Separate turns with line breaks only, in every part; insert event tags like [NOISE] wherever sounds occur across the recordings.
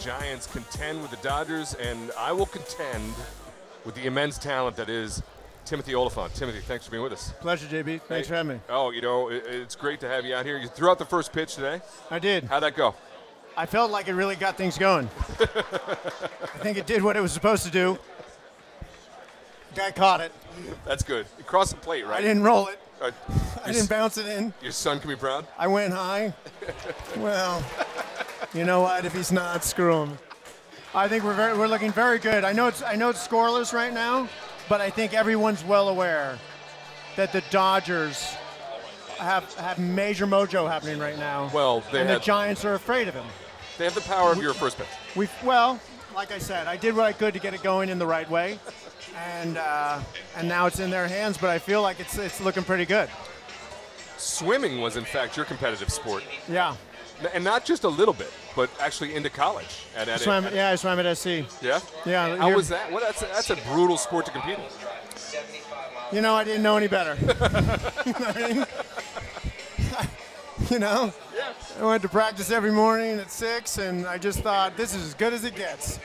Giants contend with the Dodgers, and I will contend with the immense talent that is Timothy Oliphant. Timothy, thanks for being with us.
Pleasure, JB. Thanks
Hey.
for having me.
Oh, you know, it, it's great to have you out here. You threw out the first pitch today.
I did.
How'd that go?
I felt like it really got things
[LAUGHS]
going. I think it did what it was supposed to do. Guy caught it.
That's good. You crossed the plate, right?
I didn't roll it.
Uh,
I didn't bounce it in.
your son can be proud.
I went high. Well, you know what? If he's not, screw him. I think we're very, we're looking very good. I know it's I know it's scoreless right now, but I think everyone's well aware that the Dodgers have have major mojo happening right now.
Well, they
and
had-
the Giants are afraid of him.
They have the power of your first pitch.
We well, like I said, I did what I could to get it going in the right way, and uh, and now it's in their hands. But I feel like it's it's looking pretty good.
Swimming was, in fact, your competitive sport,
Yeah,
N- and not just a little bit, but actually into college. At, at,
swam,
at-
yeah, I swam at SC.
yeah.
Yeah,
How
you're-
was that? Well, that's a, that's a brutal sport to compete in.
You know, I didn't know any better. [LAUGHS] I mean, [LAUGHS] you know,
Yeah.
I went to practice every morning at six, and I just thought this is as good as it gets.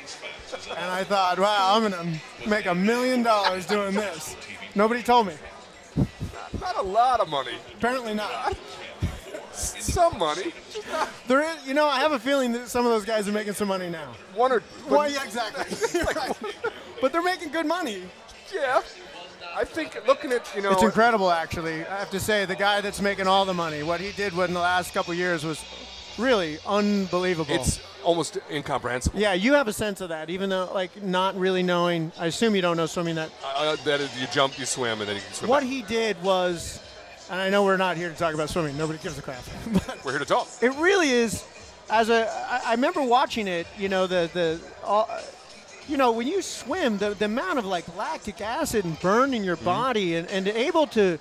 And I thought, wow, I'm gonna make a million dollars doing this. Nobody told me.
Not a lot of money.
Apparently not.
Some money.
There is, you know, I have a feeling that some of those guys are making some money now.
One or but-
Well, yeah, exactly. [LAUGHS] You're right. But they're making good money. Oh,
Yeah. I think looking at you know
It's incredible, actually. I have to say, the guy that's making all the money, what he did in the last couple years was really unbelievable.
it's almost incomprehensible.
yeah, you have a sense of that, even though, like, not really knowing. I assume you don't know swimming that.
Uh, that is, you jump, you swim, and then you can swim.
What
back.
he did was, and I know we're not here to talk about swimming. Nobody gives a crap. [LAUGHS] But
We're here to talk.
it really is as a I, I remember watching it you know the the all, you know when you swim the, the amount of like lactic acid and burn in your body and, and able to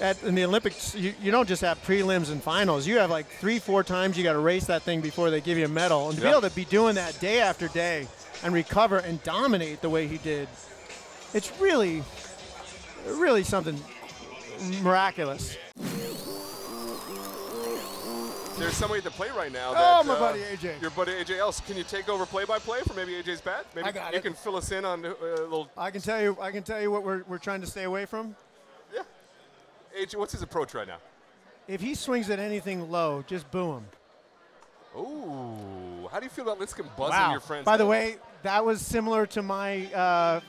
at in the olympics you, you don't just have prelims and finals you have like three four times you got to race that thing before they give you a medal and to
Yeah.
be able to be doing that day after day and recover and dominate the way he did it's really really something miraculous
There's somebody at the plate right now.
Oh,
that,
my
uh,
buddy AJ.
Your buddy AJ Else. Can you take over play by play for maybe AJ's bat? Maybe
I got
you
it.
can fill us in on uh, a little.
i can tell you i can tell you what we're, we're trying to stay away from
Yeah. AJ, what's his approach right now?
If he swings at anything low, just boo him.
Ooh, how do you feel about Lincecum buzzing your friends?
By the way, that was similar to my uh,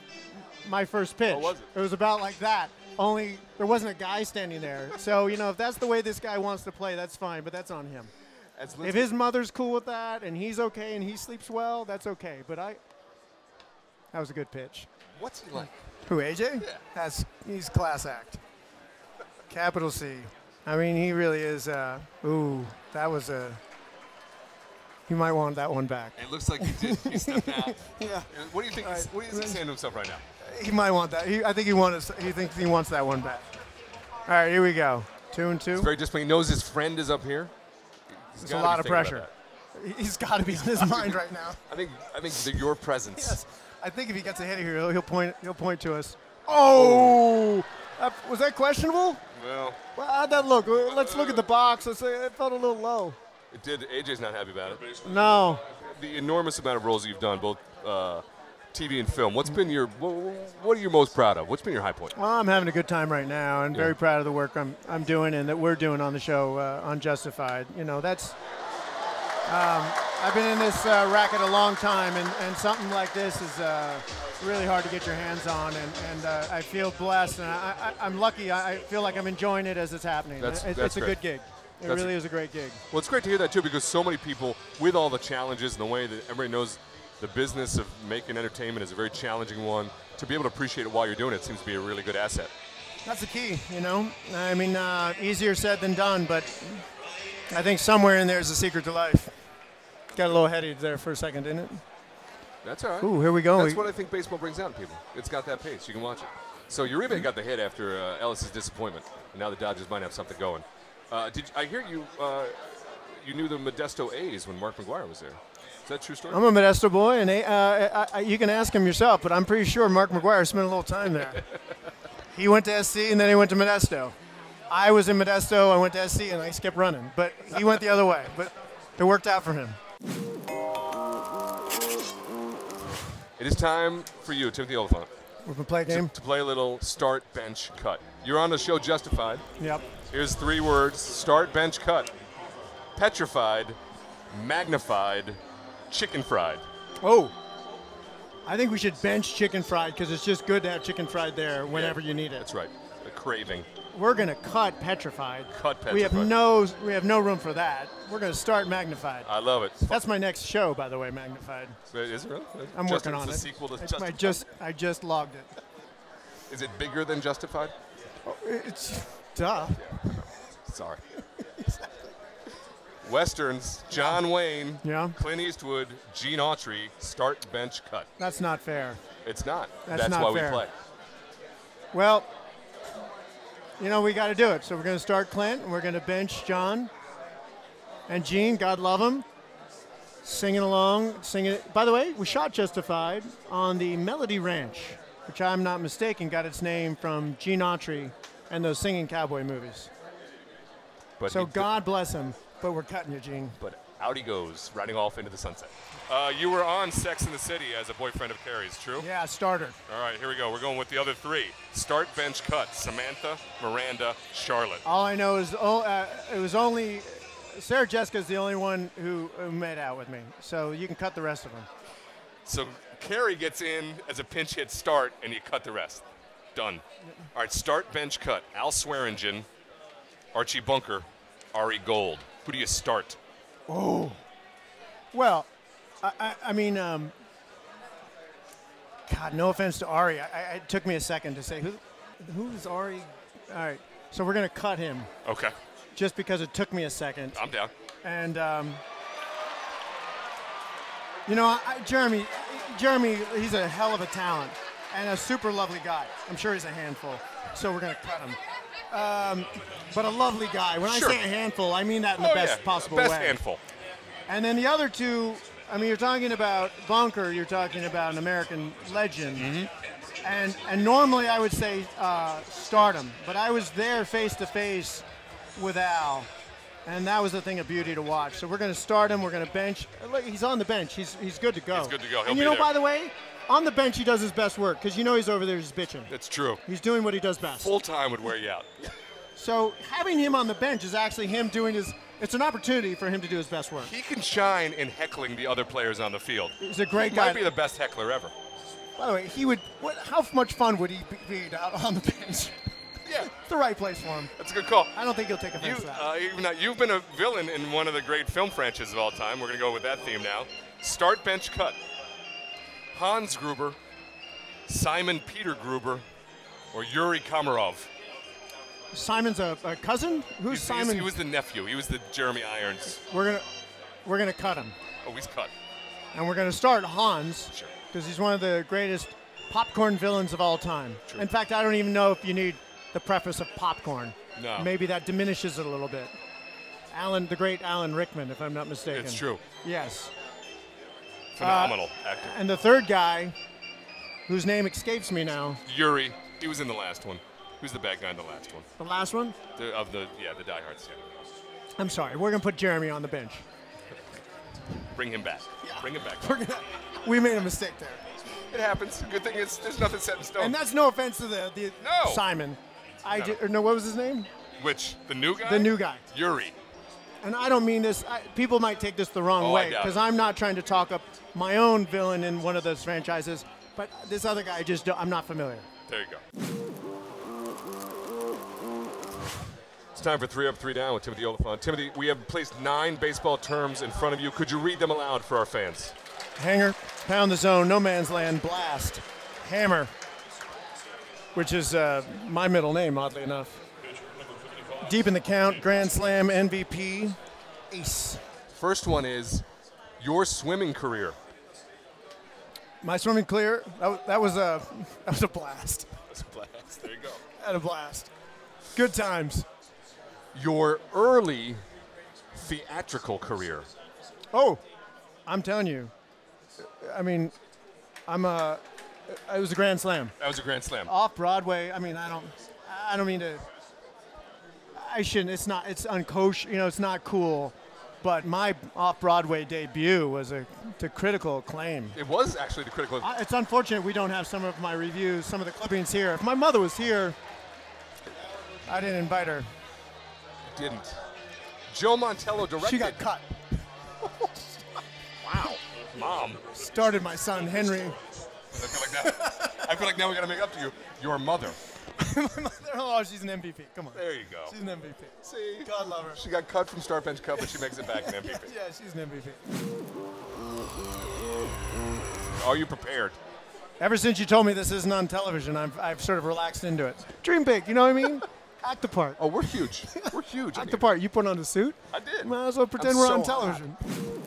my first pitch.
Oh, was it?
was about like that. Only there wasn't a guy standing there. So you know, if that's the way this guy wants to play, that's fine. But that's on him.
As
If
Lincecum-
his mother's cool with that and he's okay and he sleeps well, that's okay. But I, that was a good pitch.
what's he like?
Who AJ? That's he's class act. Capital C. I mean, he really is. Uh, ooh, that was a. You might want that one back.
It looks like he did. He stepped out.
[LAUGHS] Yeah,
What do you think?
All
he's-
right.
What is he saying to himself right now?
he might want that. He, I think he wants. He thinks he wants that one back. All right, here we go. Two and two.
Very disciplined. He knows his friend is up here. It's
It's a lot of pressure. He's got to be on his mind right now. [LAUGHS]
I think I think that your presence.
Yes. I think if he gets a hit here, he'll, he'll point. He'll point to us. Oh, That- was that questionable?
Well,
Well, how'd that look? Uh, Let's look at the box. Let's say it felt a little low.
it did. AJ's not happy about it.
No.
The enormous amount of roles you've done, both uh, TV and film. What's been your wh- What are you most proud of? What's been your high point?
Well, I'm having a good time right now, and very proud of the work I'm, I'm doing and that we're doing on the show uh, on Justified. You know, that's. Um, I've been in this uh, racket a long time, and, and something like this is uh, really hard to get your hands on, and, and uh, I feel blessed, and I, I, I'm lucky. I I feel like I'm enjoying it as it's happening.
That's-
It's-
that's
it's a
great.
good gig. It
That's-
really is a great gig.
Well, it's great to hear that too, because so many people, with all the challenges and the way that everybody knows, the business of making entertainment is a very challenging one. To be able to appreciate it while you're doing it seems to be a really good asset.
That's the key, you know. I mean, uh, easier said than done, but I think somewhere in there is a secret to life. Got a little heady there for a second, didn't it?
That's all right.
Ooh, here we go.
That's
We-
what I think baseball brings out in people. It's got that pace. You can watch it. So
Mm-hmm.
Uribe got the hit after uh, Ellis's disappointment, and now the Dodgers might have something going. Uh, did I hear you? Uh, you knew the Modesto A's when Mark McGuire was there. Is that a true story?
I'm a Modesto boy, and eh, uh, I, I, you can ask him yourself, but I'm pretty sure Mark McGuire spent a little time there. he went to SC, and then he went to Modesto. I was in Modesto, I went to SC, and I just kept running, but he went the other way. But it worked out for him.
It is time for you, Timothy Oliphant,
We're gonna play a
to,
game.
to play a little start, bench, cut. You're on the show Justified.
Yep.
Here's three words start, bench, cut. Petrified, magnified, chicken fried.
Oh. I think we should bench chicken fried because it's just good to have chicken fried there whenever you need it.
That's right. The craving.
We're gonna cut petrified.
Cut
We have
petrified.
no we have no room for that. We're gonna start magnified.
I love it.
That's my next show, by the way, magnified.
Is it really?
I'm
Just-
working on
it's the
it.
sequel to
I- I
Justified.
just I just logged it.
Is it bigger than Justified?
Oh, It's duh.
Sorry.
[LAUGHS]
Westerns, John Wayne,
Yeah.
Clint Eastwood, Gene Autry, start, bench, cut.
That's not fair.
It's not.
That's not
why
fair.
we play.
Well, you know we got to do it. So we're going to start Clint, and we're going to bench John and Gene. God love him. Singing along, singing. By the way, we shot Justified on the Melody Ranch, which I'm not mistaken got its name from Gene Autry and those singing cowboy movies.
But
So
he-
God bless him. But we're cutting you, Gene.
but out he goes, riding off into the sunset. Uh, you were on Sex in the City as a boyfriend of Carrie's, true?
Yeah, starter.
All right, here we go. We're going with the other three. Start, bench, cut. Samantha, Miranda, Charlotte.
All I know is oh, uh, it was only Sarah Jessica's the only one who, who made out with me. So you can cut the rest of them.
So Carrie gets in as a pinch hit start, and you cut the rest. Done. All right, start, bench, cut. Al Swearingen, Archie Bunker, Ari Gold. Who do you start?
Well, I, I, I mean, um, God, no offense to Ari. I, I, it took me a second to say who, who's Ari. All right, so we're gonna cut him
Okay,
just because it took me a second.
I'm down.
And um, you know, I, Jeremy, Jeremy, he's a hell of a talent and a super lovely guy. I'm sure he's a handful, so we're gonna cut him. Um, but a lovely guy. When
Sure.
I say a handful, I mean that in the
Oh,
best
yeah.
possible
Best
way.
handful.
And then the other two, I mean, you're talking about Bunker, you're talking about an American legend.
Mm-hmm.
And, and normally I would say uh, stardom, but I was there face to face with Al, and that was a thing of beauty to watch. So we're going to start him, we're going to bench. Look, he's on the bench, he's, he's good to go.
He's good to go. He'll
and you
be
know,
there.
by the way, on the bench he does his best work because you know he's over there just bitching.
That's true.
He's doing what he does best.
Full time would wear you out.
So having him on the bench is actually him doing his, it's an opportunity for him to do his best work.
He can shine in heckling the other players on the field.
He's a great
He
guy.
might be the best heckler ever.
By the way, he would. What, how much fun would he be, be out on the bench?
Yeah,
It's the right place for him.
that's a good call.
I don't think he'll take
You,
offense to that.
uh, even though you've been a villain in one of the great film franchises of all time. We're going to go with that theme now. Start, bench, cut. Hans Gruber, Simon Peter Gruber, or Yuri Komarov.
Simon's a, a cousin. Who's
He's- he's-
Simon?
He was the nephew. He was the Jeremy Irons.
we're gonna we're gonna cut him,
Oh, he's cut.
and we're gonna start Hans
Sure.
because he's one of the greatest popcorn villains of all time. In fact, I don't even know if you need the preface of popcorn.
No.
Maybe that diminishes it a little bit. Alan, the great Alan Rickman, if I'm not mistaken.
It's true.
Yes. Uh,
Phenomenal actor.
And the third guy, whose name escapes me now,
Yuri. He was in the last one. Who's the bad guy in the last one?
the last one.
The, of the yeah, the Die Hards. Yeah.
I'm sorry. We're gonna put Jeremy on the [LAUGHS] bench.
Bring him back. Bring him back.
we made a mistake there,
It happens. Good thing it's there's nothing set in stone.
and that's no offense to the, the
No.
Simon. I
No.
ju- or no, what was his name?
Which the new guy?
The new guy.
Yuri.
And I don't mean this. I, people might take this the wrong
Oh, I
way
doubt
because
it.
I'm not trying to talk up my own villain in one of those franchises, but this other guy I just don't, I'm not familiar.
There you go. It's time for three up, three down with Timothy Oliphant. Timothy, we have placed nine baseball terms in front of you. Could you read them aloud for our fans?
Hanger, pound the zone, no man's land, blast, hammer, which is uh, my middle name, oddly enough. Deep in the count, grand slam, MVP, ace.
First one is your swimming career.
My swimming clear. That, wa- that was a [LAUGHS] that was a blast.
That's a blast. There you go.
Had a blast. Good times.
Your early theatrical career.
Oh, I'm telling you. I mean, I'm a. It was a grand slam
That was a grand slam.
off Broadway. I mean, I don't. I don't mean to. I shouldn't. It's not. It's unkosher. You know, it's not cool But my off-Broadway debut was a to critical acclaim.
It was actually the critical.
I- It's unfortunate we don't have some of my reviews, some of the clippings here. If my mother was here, I didn't invite her.
didn't. Joe Montello directed.
She got cut.
Wow, mom.
Started my son
[LAUGHS]
Henry.
I feel like now, [LAUGHS] I feel like now we got to make up to you. Your mother.
oh, she's an MVP. Come on.
There you go.
She's an MVP.
See,
God love her.
she got cut from Star Bench Cup, but she makes it back in MVP.
[LAUGHS] Yeah, she's an MVP.
Are you prepared?
Ever since you told me this isn't on television, I've, I've sort of relaxed into it. Dream big, you know what I
[LAUGHS]
mean? Act the part.
Oh, we're huge. We're huge.
Act
in
the
here.
part. You put on a suit.
I did.
Might as well pretend
I'm
we're
so
on
hot.
television.